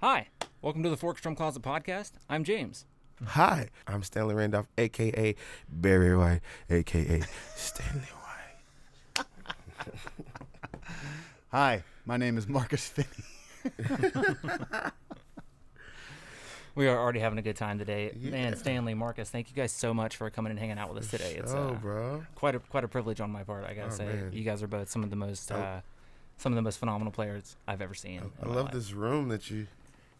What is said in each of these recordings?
Hi, welcome to the Forkstrom Closet Podcast. I'm James. Hi, I'm Stanley Randolph, aka Barry White, aka Stanley White. Hi, my name is Marcus Finney. We are already having a good time today. Man, Stanley, Marcus, thank you guys so much for coming and hanging out with us today. It's oh, uh, bro. Oh, quite a quite a privilege on my part. I gotta say, man. Oh. you guys are both some of the most uh, some of the most phenomenal players I've ever seen. I in my love life. this room that you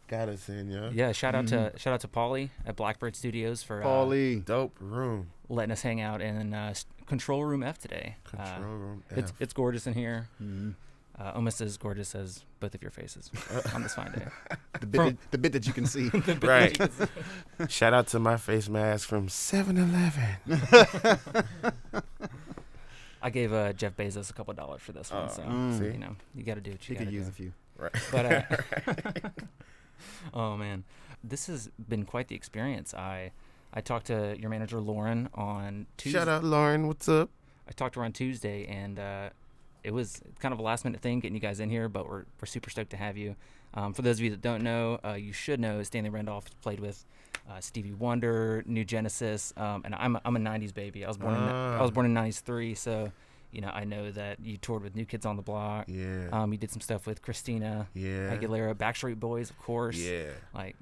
got us in, yo. oh, Yeah, shout out Mm-hmm. to shout out to Paulie at Blackbird Studios for uh, Paulie. Dope room. letting us hang out in uh, s- Control Room F today. Uh, Control room. F. It's it's gorgeous in here. Uh, almost as gorgeous as both of your faces on this fine day. The bit, From- that, the bit that you can see. right. Shout out to my face mask from 7 Eleven. I gave uh, Jeff Bezos a couple dollars for this one, Oh, so see? you know you got to do what you She got to could do. use a few. But uh, oh man, this has been quite the experience. I I talked to your manager Lauren on Tuesday. Shout out, Lauren. What's up? I talked to her on Tuesday, and uh, it was kind of a last minute thing getting you guys in here, but we're, we're super stoked to have you. Um, for those of you that don't know, uh, you should know Stanley Randolph played with uh, Stevie Wonder, New Genesis, um, and I'm a, I'm a '90s baby. I was born in, I was Ah. born in '93, so you know I know that you toured with New Kids on the Block. Yeah. Um, you did some stuff with Christina yeah. Aguilera, Backstreet Boys, of course. Yeah. Like,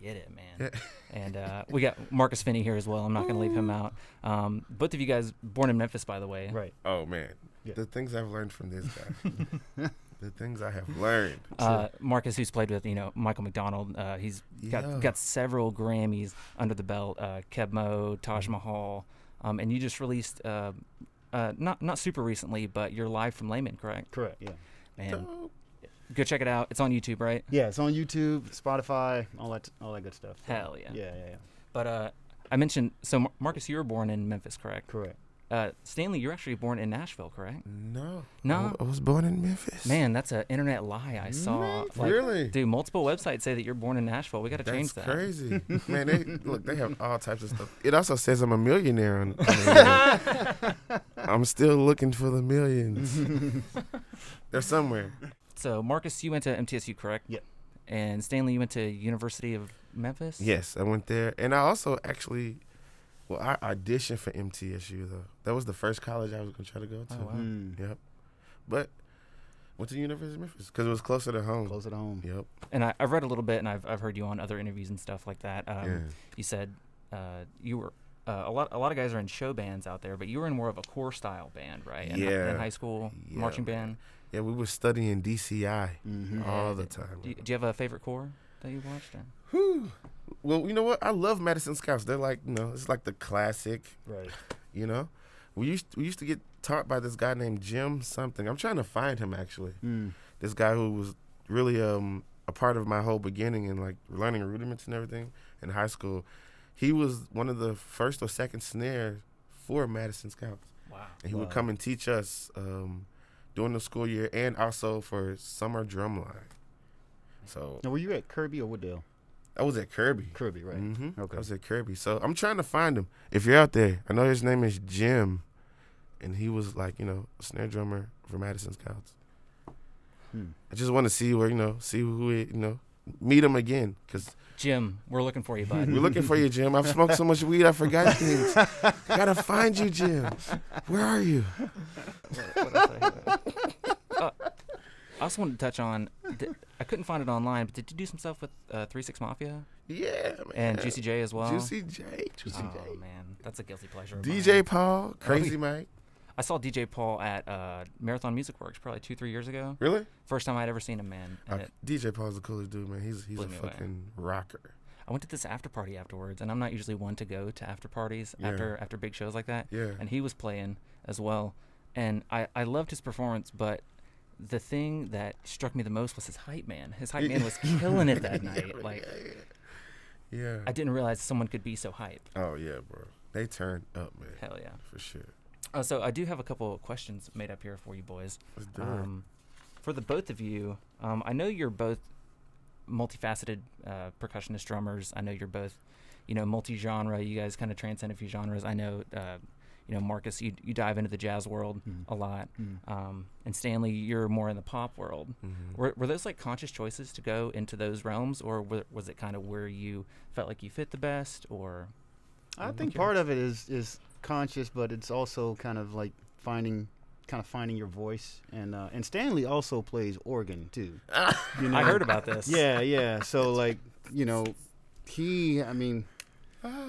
get it, man. and uh, we got Marcus Finney here as well. I'm not going to leave him out. Um, both of you guys born in Memphis, by the way. Right. Oh, man. Yeah. The things I've learned from this guy. the things I have learned. Uh, Marcus, who's played with you know Michael McDonald, uh, he's got Yeah. got several Grammys under the belt. Uh, Keb Mo, Taj Mahal, um, and you just released uh, uh, not not super recently, but you're live from Layman, correct? Correct. Yeah. Man, Dope. go check it out. It's on YouTube, right? Yeah, it's on YouTube, Spotify, all that, all that good stuff. Hell yeah. Yeah, yeah, yeah. But uh, I mentioned so Mar- Marcus, you were born in Memphis, correct? Correct. Uh, Stanley, you're actually born in Nashville, correct? No. No. I, I was born in Memphis. Man, that's an internet lie I saw. Like, Really? Dude, multiple websites say that you're born in Nashville. We got to change that. crazy, man. They look, they have all types of stuff. It also says I'm a millionaire. On, on the internet. I'm still looking for the millions. They're somewhere. So, Marcus, you went to MTSU, correct? Yeah. And Stanley, you went to University of Memphis? Yes, I went there, and I also actually, well, I auditioned for MTSU though. That was the first college I was gonna try to go to. Oh, wow. Mm. Yep, but went to University of Memphis because it was closer to home. Close it home. Yep. And I, I've read a little bit, and I've, I've heard you on other interviews and stuff like that. Um, Yeah. You said uh, you were uh, a lot. A lot of guys are in show bands out there, but you were in more of a core style band, right? In, hi- In Yeah. high school Yeah, marching man. band. Yeah, we were studying DCI Mm-hmm. all And the time. Do you, do you have a favorite core that you watched? Or? Whew. Well, you know what? I love Madison Scouts. They're like, you know, it's like the classic, Right. you know? We used we used to get taught by this guy named Jim something. I'm trying to find him actually. Mm. This guy who was really um a part of my whole beginning and like learning rudiments and everything in high school. He was one of the first or second snares for Madison Scouts. Wow. And he would Wow. come and teach us um during the school year and also for summer drumline. So Now, were you at Kirby or Wooddale? I was at Kirby. Kirby, right? Mm-hmm. Okay. I was at Kirby. So I'm trying to find him. If you're out there, I know his name is Jim, and he was like, you know, a snare drummer for Madison Scouts. Hmm. I just want to see where, you know, see who, it, you know, meet him again. Because Jim, we're looking for you, bud. we're looking for you, Jim. I've smoked so much weed, I forgot things. Gotta find you, Jim. Where are you? Uh, I also wanted to touch on. Did, I couldn't find it online, but did you do some stuff with uh, Three Six Mafia Yeah, man. and Juicy J as well? Juicy J. Juicy Oh J. man, Oh, that's a guilty pleasure. of mine. DJ Paul, Crazy Mike. I saw DJ Paul at uh, Marathon Music Works probably two, three years ago. Really? First time I'd ever seen him, man. And Uh, it, DJ Paul's the coolest dude, man. He's he's Blew a me away. fucking rocker. I went to this after party afterwards, and I'm not usually one to go to after parties Yeah. after after big shows like that. Yeah. And he was playing as well, and I I loved his performance, but. The thing that struck me the most was his hype man. His hype man was killing it that night. Like Yeah. I didn't realize someone could be so hype. Oh yeah, bro. They turned up, man, Hell yeah. for sure. Uh, so I do have a couple of questions made up here for you boys. Let's do it. Um, for the both of you, um, I know you're both multifaceted uh, percussionist drummers. I know you're both, you know, multi-genre. You guys kind of transcend a few genres. I know uh, you know, Marcus, you you dive into the jazz world Mhm. a lot, Mm. um, and Stanley, you're more in the pop world. Mhm. Were, were those like conscious choices to go into those realms, or were, was it kind of where you felt like you fit the best, or I Mm, think okay. part of it is is conscious, but it's also kind of like finding kind of finding your voice and uh, and Stanley also plays organ too. You I heard about this? Yeah, yeah. So like you know, he I mean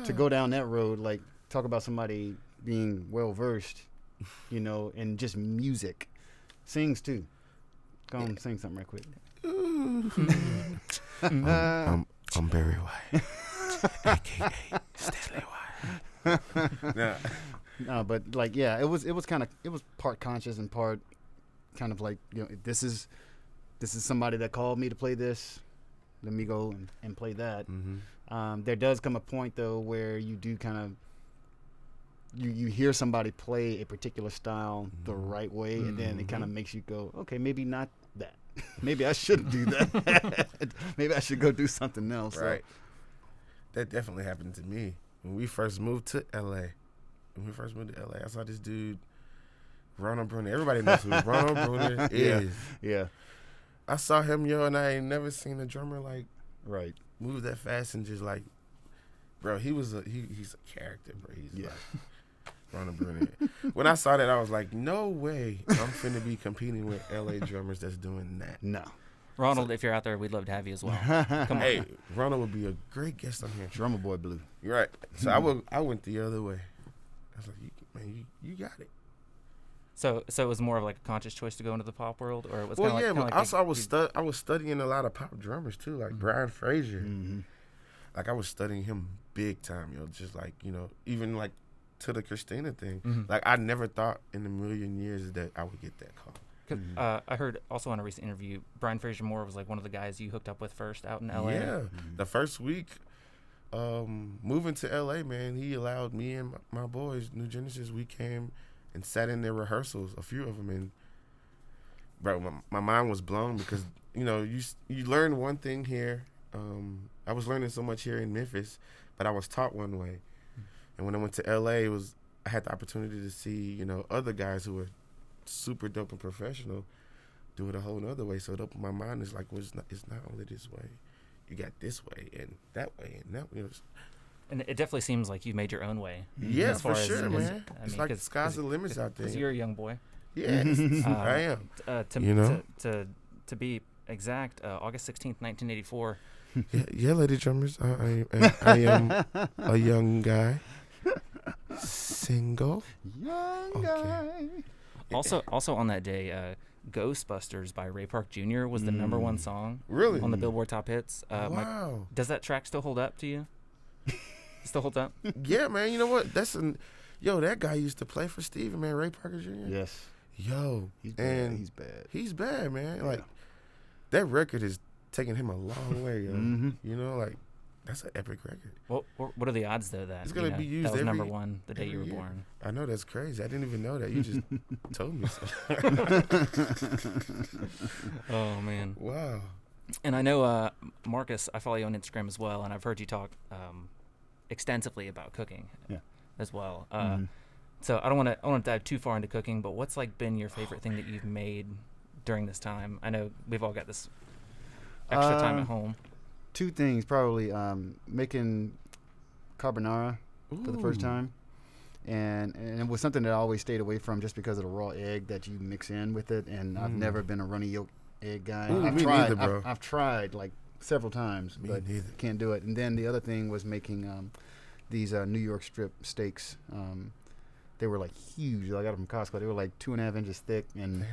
to go down that road, like talk about somebody being well versed, you know, and just music, sings too. Go on, sing something right quick. I'm, I'm, I'm Barry White, aka Stanley White. nah, No, but like yeah, it was it was kind of it was part conscious and part kind of like you know this is this is somebody that called me to play this. Let me go and, and play that. mm-hmm. Um, there does come a point though where you do kind of you you hear somebody play a particular style the Mhm. right way, and then it kind of Mhm. makes you go, okay, maybe not that. maybe I shouldn't do that. maybe I should go do something else. So, Right. That definitely happened to me when we first moved to LA. When we first moved to LA, I saw this dude, Ronald Bruner. Everybody knows who Ronald Bruner Yeah. is. yeah. I saw him, yo, and I ain't never seen a drummer like Right. move that fast and just like, bro. He was a he, he's a character, bro. He's Yeah. like Ronald Bruner. when I saw that, I was like, no way, I'm finna be competing with LA drummers that's doing that. No. Ronald, if you're out there, we'd love to have you as well. Come on. Hey, Ronald would be a great guest on here. Drummer boy blue. You're right. So I would I went the other way. I was like, you, man, you, you got it. So, so it was more of like a conscious choice to go into the pop world, or it was well, kind yeah, of but like, kinda like also a- I was you- stu- I was studying a lot of pop drummers too, like Brian Frazier. Mm-hmm. Like I was studying him big time, yo. Just like you know, even like to the Christina thing. Mhm. Like I never thought in a million years that I would get that call. 'cause, Mm-hmm. Mhm. uh, I heard also on a recent interview, Brian Fraser Moore was like one of the guys you hooked up with first out in L.A. Yeah, the first week. Um, moving to LA, man, he allowed me and my- my boys, New Genesis, we came and sat in their rehearsals, a few of them, and bro, my, my mind was blown because you know you s- you learn one thing here. Um, I was learning so much here in Memphis, but I was taught one way, and when I went to LA, it was I had the opportunity to see you know other guys who were super dope and professional do it a whole nother way. So it opened my mind. It's like well, it's not it's not only this way. You got this way and that way and that way. It's- and it definitely seems like you made your own way. Yeah, as far for as- sure, as- man. I it's mean, like the 'cause- sky's 'cause- the limits out there. Because you're a young boy. Yeah, it's- Uh, Uh-huh. I am. Uh, to, You know? to, to to be exact, uh, August 16th, 1984. Yeah, yeah, lady drummers. I, I, I am a young guy, single. Young Okay. guy. Also, also on that day, uh, "Ghostbusters" by Ray Park Jr. was the number one Mm. song Really? on the Billboard Top Hits. Uh, my- wow. does that track still hold up to you? still hold up? yeah, man. You know what? That's an. Yo, that guy used to play for Steven, man. Ray Parker Jr. Yes. Yo, He's bad. and he's bad. he's bad, man. Yeah. Like that record is taking him a long way, yo. Mhm. You know, like that's an epic record. What What what are the odds though that It's you gonna know, be used that was number every- one the day you every were year. born? Oh, I know that's crazy. I didn't even know that. You just told me. So. Oh man! Wow. And I know uh, Marcus. I follow you on Instagram as well, and I've heard you talk um, extensively about cooking Yeah. as well. Uh, Mhm. So I don't want to I don't want to dive too far into cooking, but what's like been your favorite thing that you've made during this time? I know we've all got this extra time Uh, at Um, home. Two things probably um, making carbonara for the first Ooh. time, and and it was something that I always stayed away from just because of the raw egg that you mix in with it, and I've Mm. never been a runny yolk egg guy. Ooh, I've me tried, neither, bro. I've, I've tried like several times, Me but neither. can't do it. And then the other thing was making um, these uh, New York strip steaks. Um, they were like huge. I got them from Costco. They were like two and a half inches thick, and Damn.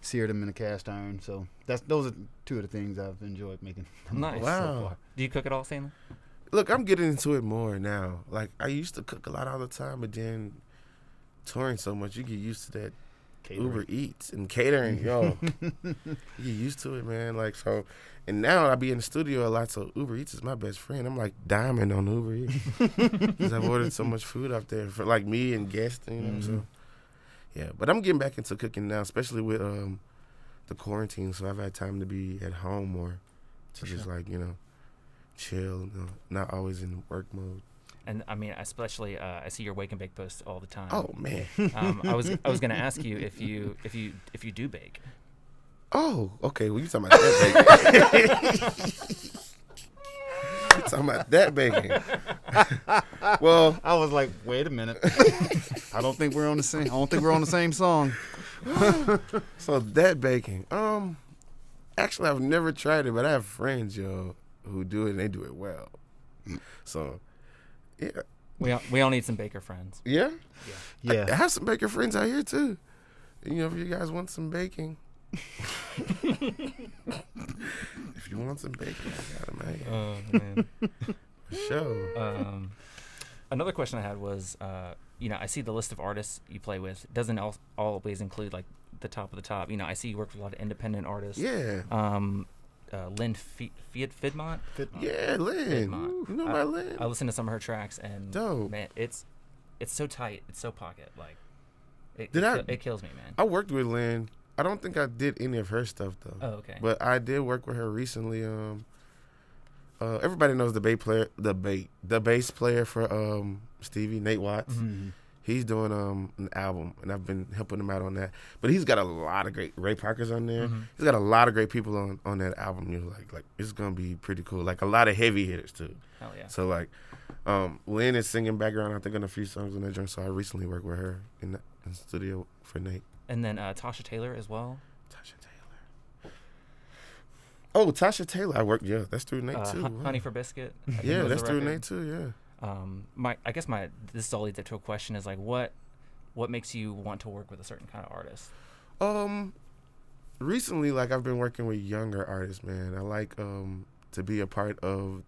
seared them in a cast iron. So that's those are two of the things I've enjoyed making. Nice. Wow. Do you cook at all, Stanley? Look, I'm getting into it more now. Like I used to cook a lot all the time, but then touring so much, you get used to that Uber Eats and catering, yo. you get used to it, man. Like so, and now I be in the studio a lot, so Uber Eats is my best friend. I'm like diamond on Uber Eats because I've ordered so much food up there for like me and guests, you know. So yeah, but I'm getting back into cooking now, especially with um the quarantine. So I've had time to be at home more, to For just like you know chill, you know, not always in work mode. and I mean, especially uh, I see your wake and bake posts all the time. Oh man. Um, I was I was gonna ask you if you if you if you do bake. Oh, okay. Well, you talking about that bacon? you talking about that bacon? well, I was like, wait a minute. I don't think we're on the same. I don't think we're on the same song. so that bacon. Um, actually, I've never tried it, but I have friends, yo, who do it and they do it well. So, yeah, We all, we all need some baker friends. yeah. I, I Yeah, have some baker friends out here too. You know, if you guys want some bacon. if you want some bacon, I got 'em out here. Oh man. For sure. um, another question I had was, uh, you know, I see the list of artists you play with doesn't al- always include like the top of the top. You know, I see you work with a lot of independent artists. Yeah. Um, uh, Lynn F- Fidmont. Yeah, Lynn. Piedmont. You know my Lynn? I listened to some of her tracks and Dope. man, it's it's so tight, it's so pocket. Like, it, Did it, I- kill- it kills me, man. I worked with Lynn. I don't think I did any of her stuff though. Oh, okay. But I did work with her recently. Um, uh, everybody knows the bass player, the bass, the bass player for um Stevie Nate Watts. Mm-hmm, He's doing um an album, and I've been helping him out on that. But he's got a lot of great Ray Parker's on there. Mm-hmm. He's got a lot of great people on on that album. You know, like like it's gonna be pretty cool. Like a lot of heavy hitters too. Hell yeah. So like, um, Lynn is singing background. I think on a few songs on that joint. So I recently worked with her in the, in the studio for Nate. And then uh, Tasha Taylor as well. Tasha Taylor. Oh, Tasha Taylor. I worked. Yeah, that's through Nate Uh, too. Hun- wow. Honey for Biscuit. I think yeah, was the that's through record. Nate too. Yeah. um, my I guess my this all leads up to a question is like what what makes you want to work with a certain kind of artist? Um, recently, like I've been working with younger artists, man. I like um to be a part of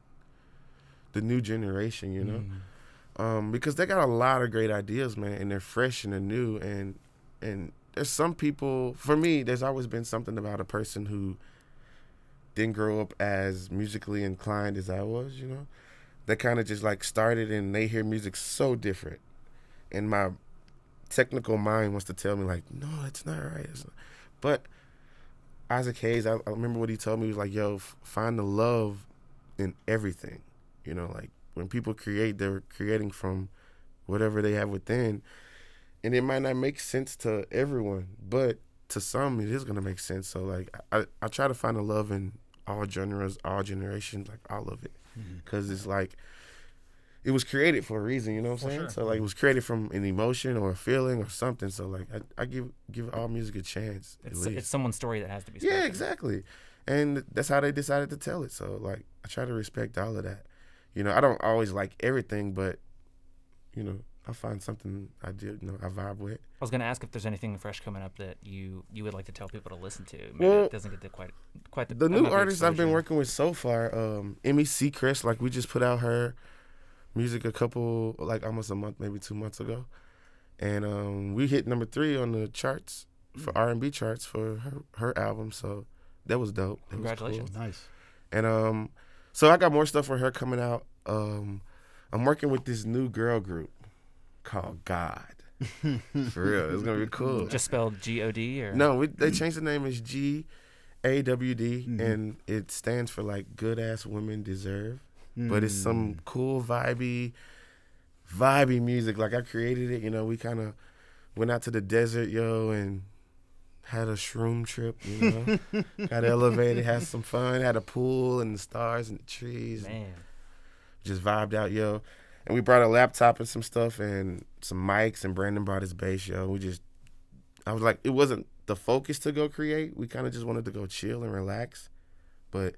the new generation, you know, um, because they got a lot of great ideas, man, and they're fresh and they're new, and and there's some people. For me, there's always been something about a person who didn't grow up as musically inclined as I was, you know. They kind of just like started and they hear music so different, and my technical mind wants to tell me like, no, that's not right. It's not. But Isaac Hayes, I, I remember what he told me. He was like, yo, f- find the love in everything. You know, like when people create, they're creating from whatever they have within, and it might not make sense to everyone, but to some, it is gonna make sense. So like, I I try to find a love in all genres, all generations, like all of it, Mm-hmm. because it's like. It was created for a reason, you know what I'm saying? sure. So like it was created from an emotion or a feeling or something. So like I, I give give all music a chance. at It's, least. it's someone's story that has to be spoken. Yeah, exactly. And that's how they decided to tell it. So like I try to respect all of that. You know, I don't always like everything, but you know, I find something I do you know, I vibe with. I was gonna ask if there's anything fresh coming up that you you would like to tell people to listen to. Maybe Well, it doesn't get the quite quite the, The amount new of artists I've been exposure. working with so far, um, Emmy Seacrest, like we just put out her music a couple like almost a month, maybe two months ago. And um we hit number three on the charts for R and B charts for her, her album, so that was dope. That was cool. Congratulations. nice. And um, so I got more stuff for her coming out. Um, I'm working with this new girl group called God. for real, it's gonna be cool. Just spelled G O D or no, we, they changed the name as G A W D, and it stands for like good ass women deserve. But it's some cool vibey, vibey music. Like I created it. You know, we kind of went out to the desert, yo, and had a shroom trip. You know, got elevated, had some fun, had a pool and the stars and the trees. and man. just vibed out, yo. And we brought a laptop and some stuff and some mics, and Brandon brought his bass, yo. We just, I was like, it wasn't the focus to go create. We kind of just wanted to go chill and relax, but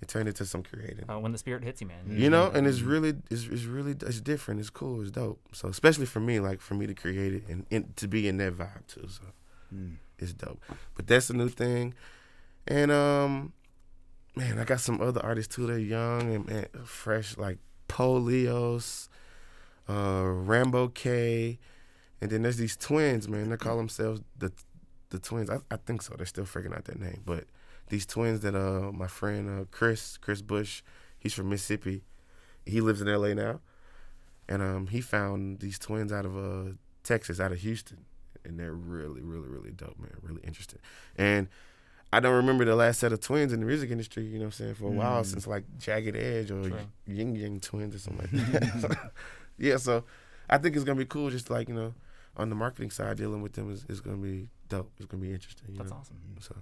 it turned into some creating. Uh, when the spirit hits you, man. You know, and it's really, it's, it's really, it's different. It's cool. It's dope. So especially for me, like for me to create it and, and to be in that vibe too. So Mm-hmm. it's dope. But that's a new thing. And um, man, I got some other artists too. They're young and, and fresh, like Polios, uh, Rambo K, and then there's these twins. Man, they call themselves the the twins. I, I think so. They're still figuring out their name, but these twins that uh my friend uh, Chris Chris Bush, he's from Mississippi. He lives in L.A. now, and um he found these twins out of uh Texas, out of Houston, and they're really really really dope, man. Really interesting, and I don't remember the last set of twins in the music industry, you know what I'm saying, for a while Mm. since like Jagged Edge or True. Ying Yang Twins or something like that. yeah, so I think it's gonna be cool just like, you know, on the marketing side dealing with them is, is gonna be dope. It's gonna be interesting. You That's know? awesome. So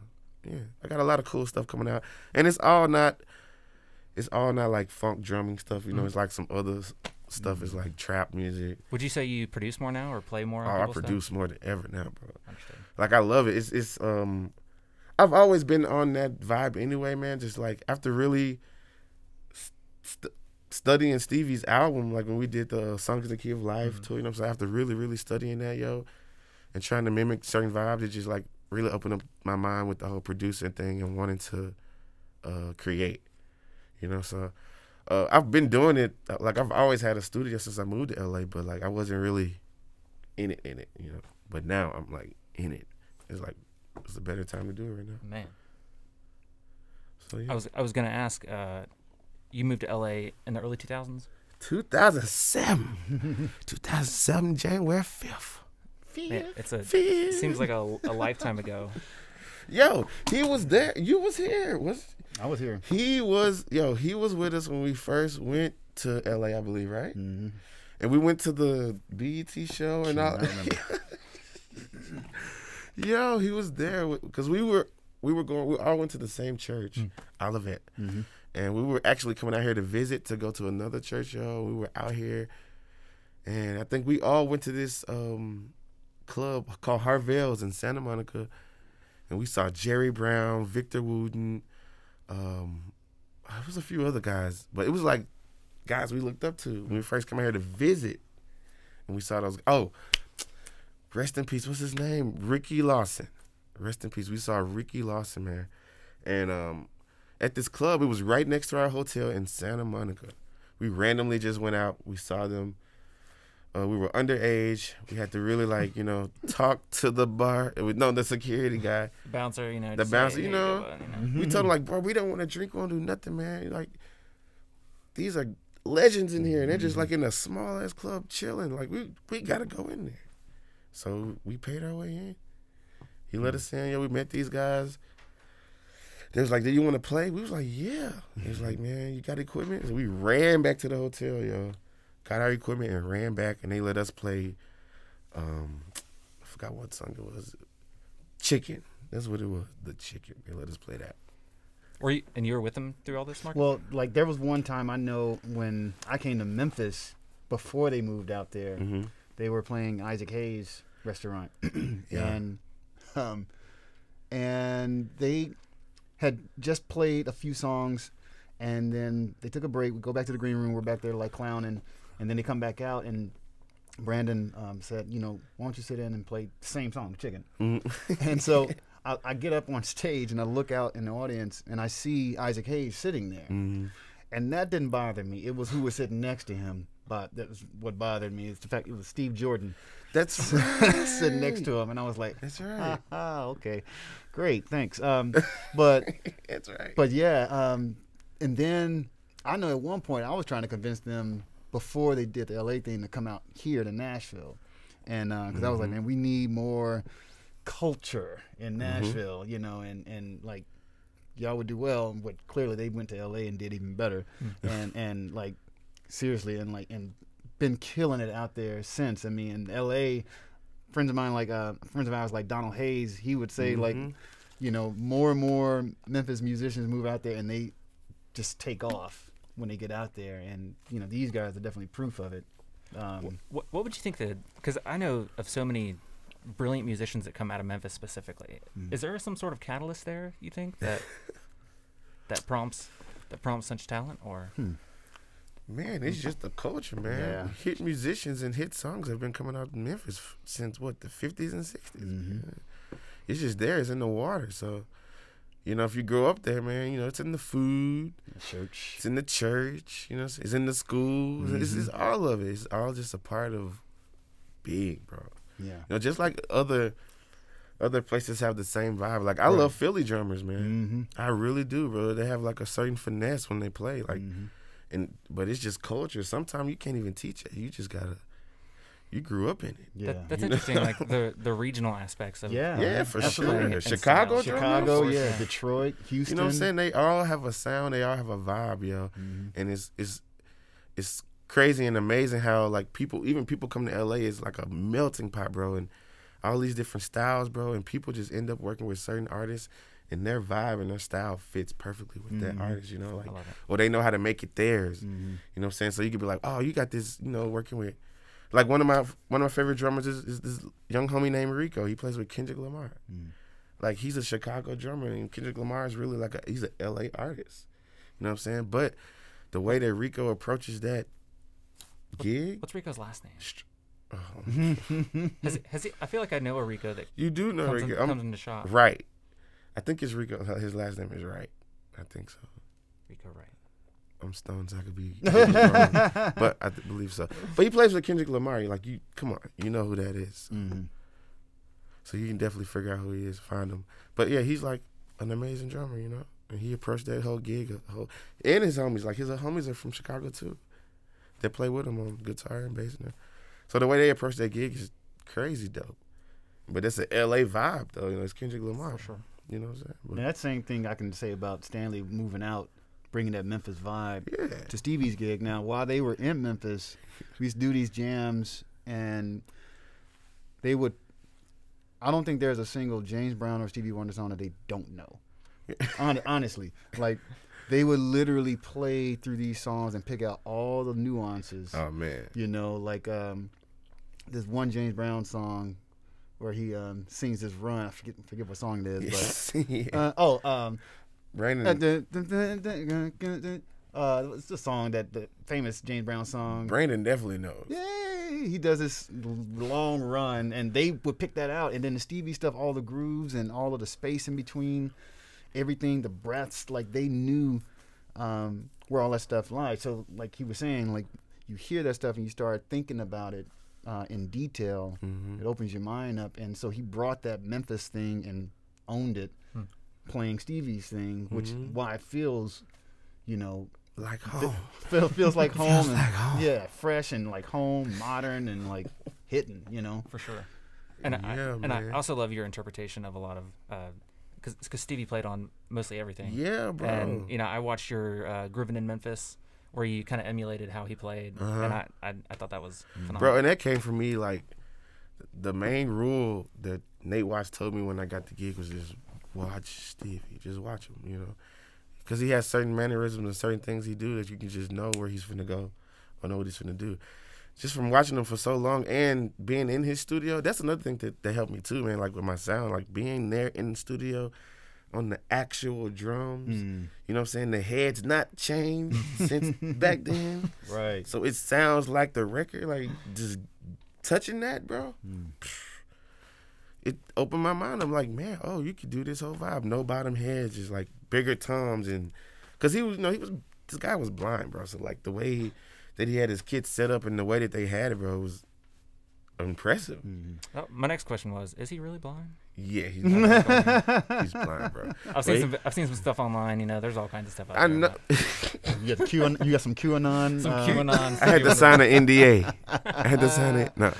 yeah. I got a lot of cool stuff coming out. And it's all not it's all not like funk drumming stuff, you know, Mm. it's like some other s- stuff is like trap music. Would you say you produce more now or play more? Oh, on I people's stuff? produce more than ever now, bro. Understood. Like I love it. It's it's um I've always been on that vibe anyway, man. Just like after really st- studying Stevie's album, like when we did the Songs in the Key of Life Mhm. tour, you know what I'm saying? After really, really studying that, yo, and trying to mimic certain vibes, it just like really opened up my mind with the whole producing thing and wanting to uh create. You know, so uh, I've been doing it. uh, Like I've always had a studio since I moved to LA, but like I wasn't really in it, in it, you know. But now I'm like in it. It's like it's a better time to do it right now. Man, So yeah. I was I was gonna ask. Uh, you moved to LA in the early 2000s. 2007, 2007 January 5th. Man, it's a it Fifth. seems like a, a lifetime ago. yo, he was there. You was here. Was I was here. he was yo? He was with us when we first went to LA, I believe, right? Mm-hmm. And we went to the BET show and all. I remember. Yo, he was there because we were we were going. We all went to the same church, Mm. Olivet, Mhm. and we were actually coming out here to visit to go to another church. Yo, we were out here, and I think we all went to this um, club called Harvell's in Santa Monica, and we saw Jerry Brown, Victor Wooten, um, there was a few other guys, but it was like guys we looked up to when we first came out here to visit, and we saw those. Oh, rest in peace. What's his name? Ricky Lawson. Rest in peace. We saw Ricky Lawson, man. And um, at this club, it was right next to our hotel in Santa Monica. We randomly just went out. We saw them. Uh, we were underage. We had to really like you know talk to the bar. It was, no, the security guy. Bouncer, you know. The just bouncer, "Hey, you hey, know." good one," you know. We told him like, bro, we don't want to drink, we don't do nothing, man. Like, these are legends in here, and they're just like in a small ass club chilling. Like, we we gotta go in there. So we paid our way in. He let us in. Yeah, we met these guys. They was like, "Do you want to play?" We was like, "Yeah." He was like, "Man, you got equipment?" So we ran back to the hotel, yo. Got our equipment and ran back, and they let us play. Um, I forgot what song it was. Chicken. That's what it was. The chicken. They let us play that. Were you and you were with them through all this, Mark? Well, like there was one time I know when I came to Memphis before they moved out there, Mm-hmm. they were playing Isaac Hayes restaurant, Yeah. and um, and they had just played a few songs, and then they took a break. We go back to the green room. We're back there like clowning, and then they come back out and. Brandon um, said, "You know, why don't you sit in and play the same song, Chicken?" and so I, I get up on stage and I look out in the audience and I see Isaac Hayes sitting there, and that didn't bother me. It was who was sitting next to him, but that was what bothered me. Is the fact it was Steve Jordan That's sitting next to him, and I was like, That's ah, right. ah, okay, great, thanks. Um, but That's right. but yeah, um, and then I know at one point I was trying to convince them before they did the LA thing to come out here to Nashville, and because I was like, man, we need more culture in Nashville, you know, and and like y'all would do well, but clearly they went to LA and did even better, and and like seriously, and like and been killing it out there since. I mean, LA. Friends of mine, like uh, friends of ours, like Donald Hayes, he would say like, you know, more and more Memphis musicians move out there and they just take off when they get out there, and you know, these guys are definitely proof of it. Um, What, what would you think the? Because I know of so many brilliant musicians that come out of Memphis specifically. Mm. Is there some sort of catalyst there? You think that that prompts that prompts such talent, or Hmm. man, it's just the culture, man. Yeah. Hit musicians and hit songs have been coming out in Memphis f- since what the fifties and 60s Mm-hmm. Yeah. It's just there. It's in the water. So, you know, if you grow up there, man, you know, it's in the food. church. It's in the church. You know, it's it's in the schools. It's, it's Mm-hmm. all of it. It's all just a part of being, bro. Yeah. You know, just like other other places have the same vibe. Like I Right. love Philly drummers, man. Mm-hmm. I really do, bro. They have like a certain finesse when they play, like, Mhm. and but it's just culture. Sometimes you can't even teach it. You just gotta, you grew up in it. Yeah. That, that's You know? interesting. like the the regional aspects of yeah. yeah, for absolutely. sure. And so- Chicago, drum Chicago, roll? yeah. Detroit, You Houston. know what I'm saying? They all have a sound. They all have a vibe, yo. Mhm. And it's it's it's crazy and amazing how like people, even people come to LA, is like a melting pot, bro, and all these different styles, bro. And people just end up working with certain artists, and their vibe and their style fits perfectly with that artist. You know, like Mm-hmm. I love Mm-hmm. it. or they know how to make it theirs. You know what I'm saying? So you could be like, oh, you got this, you know, working with. Like one of my one of my favorite drummers is, is this young homie named Rico. He plays with Kendrick Lamar. Mm. Like he's a Chicago drummer, and Kendrick Lamar is really like a he's an LA artist. You know what I'm saying? But the way that Rico approaches that gig, What's Rico's last name? oh, Has, he- has he? I feel like I know a Rico that you do know comes, in, Rico. comes I'm, in the shop. right. I think it's Rico. His last name is Wright. I think so. Rico, right? I'm stoned, so I could be. wrong, but I th- believe so. But he plays with Kendrick Lamar. Like you, come on, you know who that is. Mhm. So you can definitely figure out who he is, find him. But yeah, he's like an amazing drummer, you know. And he approached that whole gig, a whole, and his homies. Like his uh, homies are from Chicago too. They play with him on guitar and bass. And that. so the way they approach that gig is crazy dope. But it's an LA vibe though. You know, it's Kendrick Lamar. sure. You know what I'm saying? But, Now, that same thing I can say about Stanley moving out, bringing that Memphis vibe Yeah. to Stevie's gig. Now, while they were in Memphis, we used to do these jams, and they would. I don't think there's a single James Brown or Stevie Wonder song that they don't know. Hon- honestly, like they would literally play through these songs and pick out all the nuances. Oh man. You know, like um, this one James Brown song where he um, sings this run. I forget forget what song it is, but yeah. uh, oh, um, Brandon. uh, dun- dun- dun- dun- dun- dun- dun. uh, it's the song that the famous James Brown song. Brandon definitely knows. Yay! He does this l- long run, and they would pick that out, and then the Stevie stuff, all the grooves and all of the space in between, everything, the breaths, like they knew um, where all that stuff lies. So, like he was saying, like you hear that stuff and you start thinking about it uh, in detail. It opens your mind up, and so he brought that Memphis thing and owned it, playing Stevie's thing, which why it feels, you know, Like oh, home. feel, feels like home. and, Yeah, fresh and like home, modern and like hitting. You know. for sure. And I, Yeah, and I man. also love your interpretation of a lot of because because Stevie played on mostly everything. Yeah, bro. And you know, I watched your uh, Groovin' in Memphis where you kind of emulated how he played, and I, I I thought that was phenomenal. Uh-huh. Mm. bro. And that came from me. Like the main rule that Nate Watts told me when I got the gig was just watch Stevie, just watch him, you know, because he has certain mannerisms and certain things he do that you can just know where he's finna go or know what he's finna do. Just from watching him for so long and being in his studio, that's another thing that, that helped me too, man. Like with my sound, like being there in the studio on the actual drums, you know what I'm saying? The head's not changed since back then. Right. So it sounds like the record, like just touching that, bro. It opened my mind. I'm like, man, oh, you could do this whole vibe. No bottom heads, just like bigger toms and cause he was you know, he was this guy was blind, bro. So like the way that he had his kids set up and the way that they had it, bro, was impressive. Oh, my next question was: Is he really blind? Yeah, he's blind. he's blind, bro. I've seen Wait. some I've seen some stuff online. You know, there's all kinds of stuff out I there. know about You got the Q. You got some QAnon. Some uh, QAnon. I had Stevie to Wonder- sign an NDA. I had to sign it. No,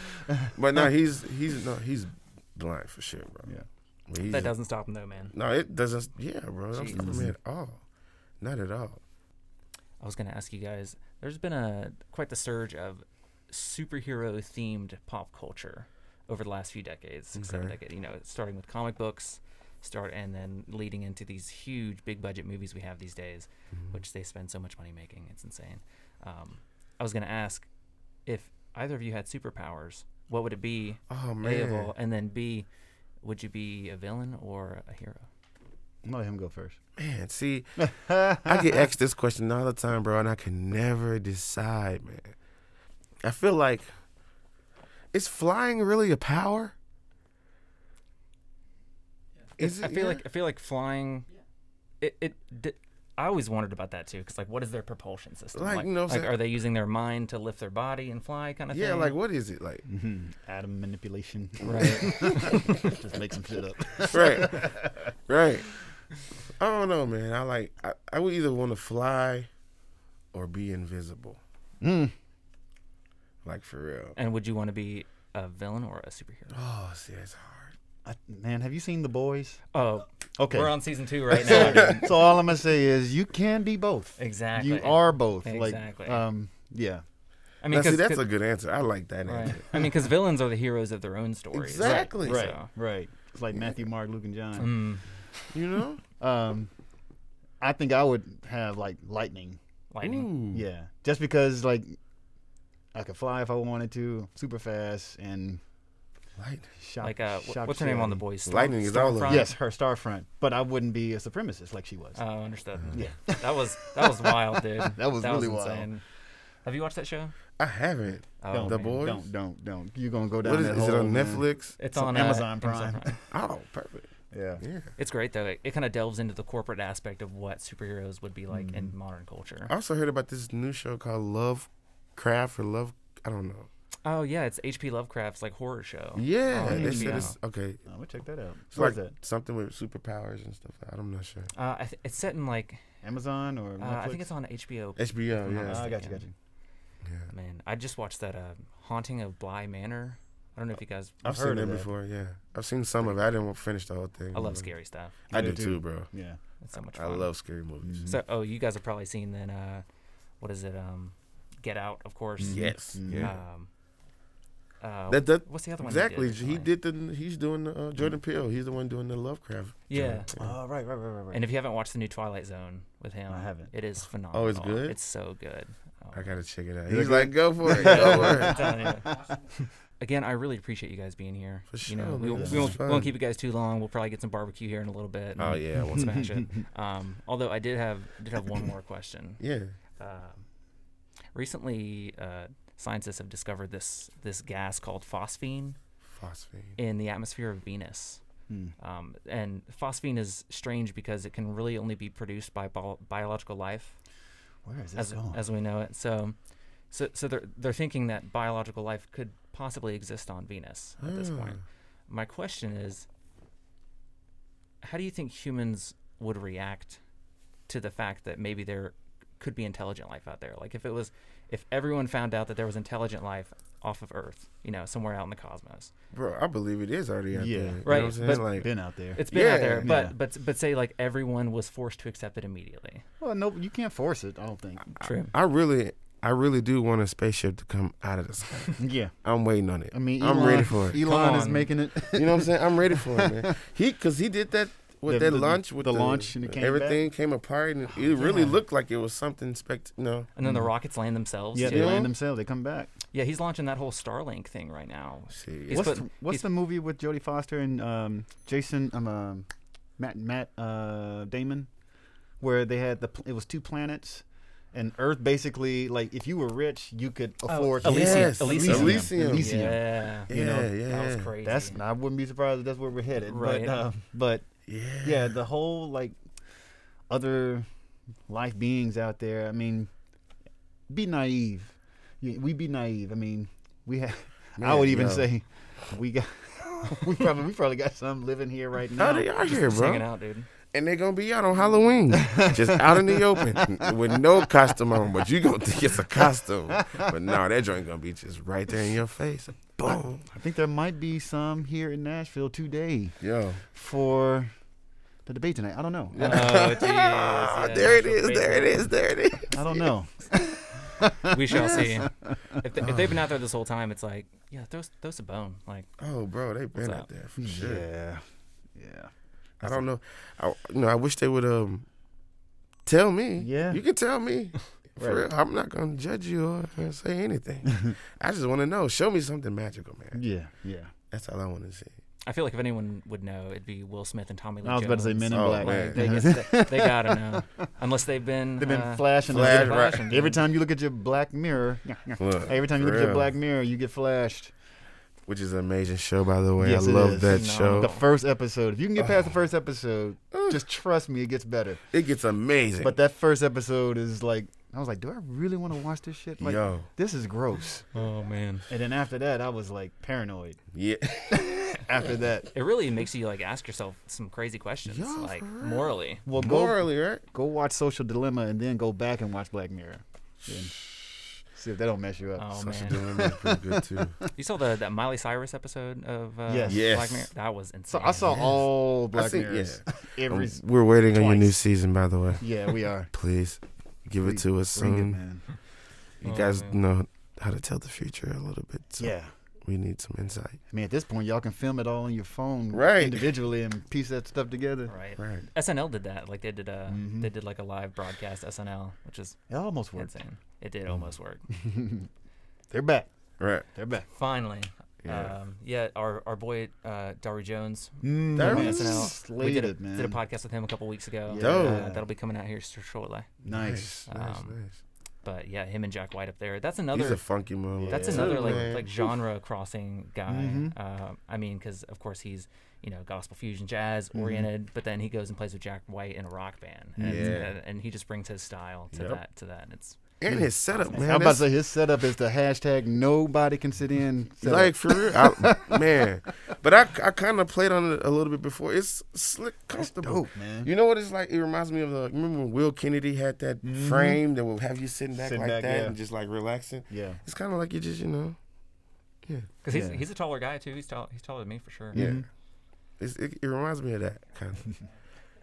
but no, he's he's no he's blind for sure, bro. Yeah. But he's- That doesn't stop him though, man. No, it doesn't. Yeah, bro, I'm Jeez. me at all. Not at all. I was gonna ask you guys. There's been a quite the surge of superhero themed pop culture over the last few decades, six seven Okay. decade. You know, starting with comic books, start and then leading into these huge big budget movies we have these days, Mm-hmm. which they spend so much money making. It's insane. Um, I was gonna ask if either of you had superpowers, what would it be? Oh A man, of all, and then B, would you be a villain or a hero? I'm gonna let him go first. man. See, I get asked this question all the time, bro, and I can never decide, man. I feel like is flying really a power? Is I it- feel yeah? like I feel like flying. It it. D- I always wondered about that too, because like, what is their propulsion system? Like, you know what I'm saying? are they using their mind to lift their body and fly, kind of yeah, thing? like what is it like? Atom manipulation. right. Just make some shit up. right, right. I don't know, man. I like I, I Mm. would either want to fly or be invisible. Like for real. And would you want to be a villain or a superhero? Oh, see, it's hard. I, man, have you seen The Boys? Oh, Okay. we're on season two right so, now. so all I'm gonna say is you can be both. exactly. You are both. Exactly. Like, um, yeah. I Now, mean, see, cause, that's 'cause- a good answer. I like that right. answer. I mean, because villains are the heroes of their own stories. Exactly. Right. So- Right. It's like Matthew, Mark, Luke, and John. Mm, You know? Um, I think I would have like lightning. lightning. Ooh. Yeah. Just because like I could fly if I wanted to, super fast, and Light. shock. Like, uh, wh- shock what's her name on the Shorty. boys? Lightning is all over. Stormfront? Yes, her Starfront. But I wouldn't be a supremacist like she was. Oh, understood. Yeah. That was that was wild, dude. That was really wild. Have you watched that show? I haven't. Oh, The man. Boys? Don't, don't, don't. You're gonna go down. What is, that is it hole, on man. Netflix? It's, on on Amazon uh, Prime. Oh, perfect. Yeah. Yeah. It's great though. It, kind of delves into the corporate aspect of what superheroes would be like Mm. in modern culture. I also heard about this new show called Love Craft or Love. I don't know. Oh yeah, it's H.P. Lovecraft's like horror show. Yeah, on they HBO. said it's okay. Oh, we'll check that out. It's Where's like that? something with superpowers and stuff. I'm not sure. Uh, I th- it's set in like Amazon or uh, Netflix? I think it's on HBO. HBO. not Oh, Yeah. Ah, I got mistaken. you, got you. yeah. Man, I just watched that uh, Haunting of Bly Manor. I don't know if you guys. I've heard seen of it that. before. Yeah. I've seen some of it. I didn't finish the whole thing. I love but- scary stuff. I Me do too. too, bro. Yeah. It's so much Mm. I fun. love scary movies. So oh, you guys have probably seen then. Uh, what is it? Um, Get Out, of course. Yes. Mhm. Yeah. Um, Mm-hmm. uh, That that what's the other one? they exactly. He recently? did the. He's doing the uh, Jordan Peele. He's the one doing the Lovecraft. Yeah. joint. Oh, right, right, right, right, right. And if you haven't watched the new Twilight Zone with him, I haven't. It is phenomenal. Oh, good? It's so good. Oh, I gotta check it out. Is it He's good? like, go for it. Go for I'm it. telling you. Again, I really appreciate you guys being here. For You know, sure, we, man. we This won't, we is fun. won't keep you guys too long. We'll probably get some barbecue here in a little bit. Oh and yeah. I want- Smash it. Um, although I did have did have one more question. Yeah. Um recently, uh, scientists have discovered this this gas called phosphine Phosphine. in the atmosphere of Venus. Hmm. Um, and phosphine is strange because it can really only be produced by bio- biological life, Where is this as, going? as we know it. So, so, so they're they're thinking that biological life could possibly exist on Venus at this point. My question is, how do you think humans would react to the fact that maybe there could be intelligent life out there? Like if it was, if everyone found out that there was intelligent life off of Earth, you know, somewhere out in the cosmos. Bro, I believe it is already out Yeah. there. You know Right, what I'm saying? but- like, Been out there. It's been out there, Yeah. but Yeah. but but say like everyone was forced to accept it immediately. well, no, you can't force it. I don't think. True. I really, I really do want a spaceship to come out of the sky. yeah. I'm waiting on it. I mean, I'm Elon, ready for it. Elon is on. making it. You know what I'm saying? I'm ready for it, man. He, cause he did that with The- that the- launch, with the launch and it came everything came apart, and it really looked like it was something spect. No, And then the rockets land themselves. yeah, Yeah, they Yeah. land themselves. They come back. yeah. He's launching that whole Starlink thing right now. see, He's what's putting- the, what's he's- the movie with Jodie Foster and um, Jason? Um, um, Matt Matt uh, Damon, where they had the pl- it was two planets, and Earth basically like if you were rich you could afford Oh, Elysium. Yes, Elysium. Elysium. Elysium. Yeah, yeah, you know, yeah, that was crazy. That's I wouldn't be surprised if that's where we're headed. Right. But, uh, but yeah, yeah, the whole like other life beings out there. I mean, be naive. Yeah, We be naive. I mean, we have. I Man, would even yo. say we got. we probably we probably got some living here right How now. they are here, Just hanging bro? out, dude. And they're gonna be out on Halloween, just out in the open with no costume on. But you gonna think it's a costume? But no, that joint gonna be just right there in your face. Boom, I think there might be some here in Nashville today yo. for the debate tonight. I don't know. Oh, jeez. Ah, yeah, there it Nashville is. There it Bakery. is. There it is. I don't know. We shall see. If, they, if they've been out there this whole time, it's like, yeah, throw, s- throw us a bone. Like, Oh, bro, they've been What's out up? there for sure. Yeah. Yeah. I don't know. I you know. I wish they would um tell me. Yeah. you can tell me. For Right. real, I'm not gonna judge you or uh, say anything. I just want to know. Show me something magical, man. Yeah. Yeah. That's all I want to see. I feel like if anyone would know, it'd be Will Smith and Tommy Lee I was about to say Jones. Men in Oh, Black. man. They, just- they, they gotta know, unless they've been They've been uh, flashing. us. Flash, they've been right. flashing, Every dude. time you look at your black mirror, Look, every time you for look at your real. black mirror, you get flashed. which is an amazing show, by the way. Yes, I it love is. that No. show. The first episode. If you can get past the first episode, just trust me, it gets better. it gets amazing. But that first episode is like, I was like, do I really want to watch this shit? Like, Yo, this is gross. Oh man, And then after that, I was like paranoid. yeah, After that, it really makes you like ask yourself some crazy questions, Yeah, for like real. morally. well, go morally, right? go watch Social Dilemma and then go back and watch Black Mirror. Then- See if they don't mess you up. Oh Sasha man, Delan was pretty good too. Um, you saw the that Miley Cyrus episode of uh, Black Yes. Yes. Mirror. That was insane. So I saw all I Black think- Mirrors. Um, Every we're waiting on your new twice. season, by the way. yeah, we are. Please give it Please to us Bring it, soon. man. You Oh, guys man. know how to tell the future a little bit. So Yeah. we need some insight. I mean, at this point, y'all can film it all on your phone Right. individually and piece that stuff together. Right. Right. SNL did that. Like they did a Mhm. they did like a live broadcast SNL, which is It almost worked. insane. It did almost work. They're back. Right. They're back. Finally. Yeah. Um, yeah, our our boy uh, Dari Jones Mm, That from was SNL. we did a, slated, man. did a podcast with him a couple weeks ago. Yeah. Dope. Uh, that'll be coming out here s- shortly. Nice. Nice. Um, nice. But yeah, him and Jack White up there. That's He's a another. funky mother. that's Yeah. another too, like man. like genre crossing guy. Mhm. Uh, I mean, because of course he's you know gospel fusion jazz Mm-hmm. oriented, but then he goes and plays with Jack White in a rock band. And, Yeah. and, and he just brings his style to Yep. that to that, and it's and his setup, man. I'm about to that's- say his setup is the hashtag nobody can sit in. setup. Like for real, I, man. But I, I kind of played on it a little bit before. It's slick, comfortable. dope, man. You know what it's like? It reminds me of the. Remember when Will Kennedy had that frame that would have you sitting back Mm-hmm. Sitting like back, that yeah. and just like relaxing. yeah. It's kind of like you just you know, because he's Yeah. he's a taller guy too. He's tall. He's taller than me for sure. Mm-hmm. yeah. It's, it, it reminds me of that kind of.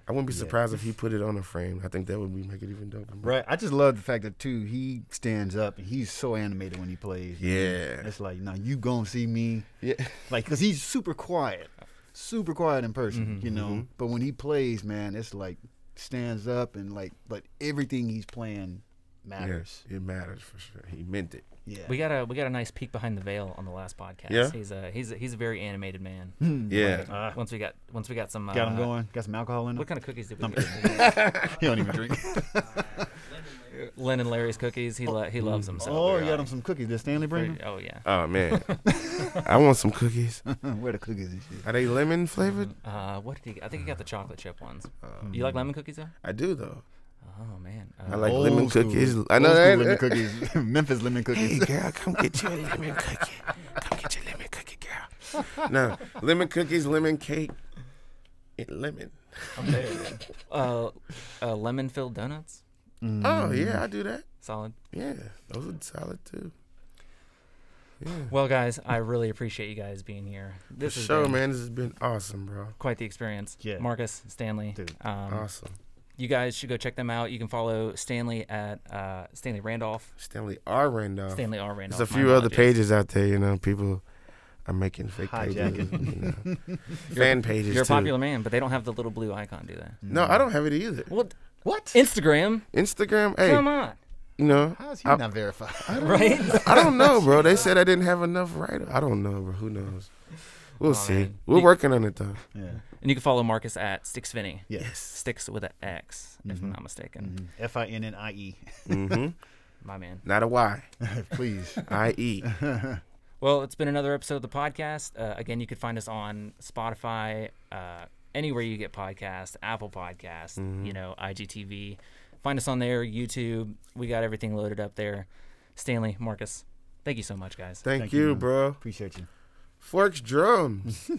I wouldn't be surprised if he put it on a frame. I think that would be make it even doper. Right. I just love the fact that too he stands up and he's so animated when he plays. Yeah. It's like, now you gonna see me, Yeah. like, cause he's super quiet, super quiet in person, Mm-hmm, you know. Mhm. But when he plays, man, it's like stands up and like, but everything he's playing matters. Yeah, it matters for sure. He meant it. Yeah. We got a we got a nice peek behind the veil on the last podcast. Yeah? he's a he's a, he's a very animated man. Yeah. Ah. once we got once we got some uh, Got him going. Got some alcohol in him. What kind of cookies did we I'm get? he don't even drink. Len and Larry's cookies. He lo- he loves them. So oh, they're, you got uh, him some cookies. Did Stanley bring pretty- Oh yeah. Oh man, I want some cookies. them? Where the cookies and shit? Are they lemon flavored? Uh, what did he? I think he got the chocolate chip ones. Oh. you like lemon cookies though? I do though. Oh man. Uh, I like Old lemon school. cookies. I know Old school that. lemon cookies. Memphis lemon Hey cookies. girl, come get you a lemon cookie. Come get your lemon cookie, girl. No, lemon cookies, lemon cake, and lemon. uh, uh, lemon filled donuts. Mm-hmm. Oh yeah, I do that. Solid. Yeah, those are solid too. Well, guys, I really appreciate you guys being here. This For is sure, man. This has been awesome, bro. quite the experience. Yeah. Marcus Stanley. Dude. Um, Awesome. you guys should go check them out. You can follow Stanley at uh, Stanley Randolph. Stanley R. Randolph. Stanley R. Randolph. There's a my few other apologies. pages out there, you know. People are making fake pages, Hijacking. you know. fan pages You're a too. Mm. popular man, but they don't have the little blue icon, do they? No, I don't have it either. What? What? Instagram? Instagram, hey, Come on. you know, How is he I, not verified? Right? I don't know, bro. They said I didn't have enough writer. I don't know, bro. Who knows? We'll see. man. We're You- working on it though. yeah. and you can follow Marcus at Sticks Finney. Yes. Sticks with an X, if I'm not mistaken. Mm-hmm. F I N N I E. Mm-hmm. My man. Not a Y. Please. I E. Well, it's been another episode of the podcast. Uh, again, you can find us on Spotify, uh, anywhere you get podcasts, Apple Podcasts, you know, IGTV. Find us on there, YouTube. We got everything loaded up there. Stanley, Marcus, thank you so much, guys. Thank, Thank you, you, man. bro. Appreciate you. Forks drums.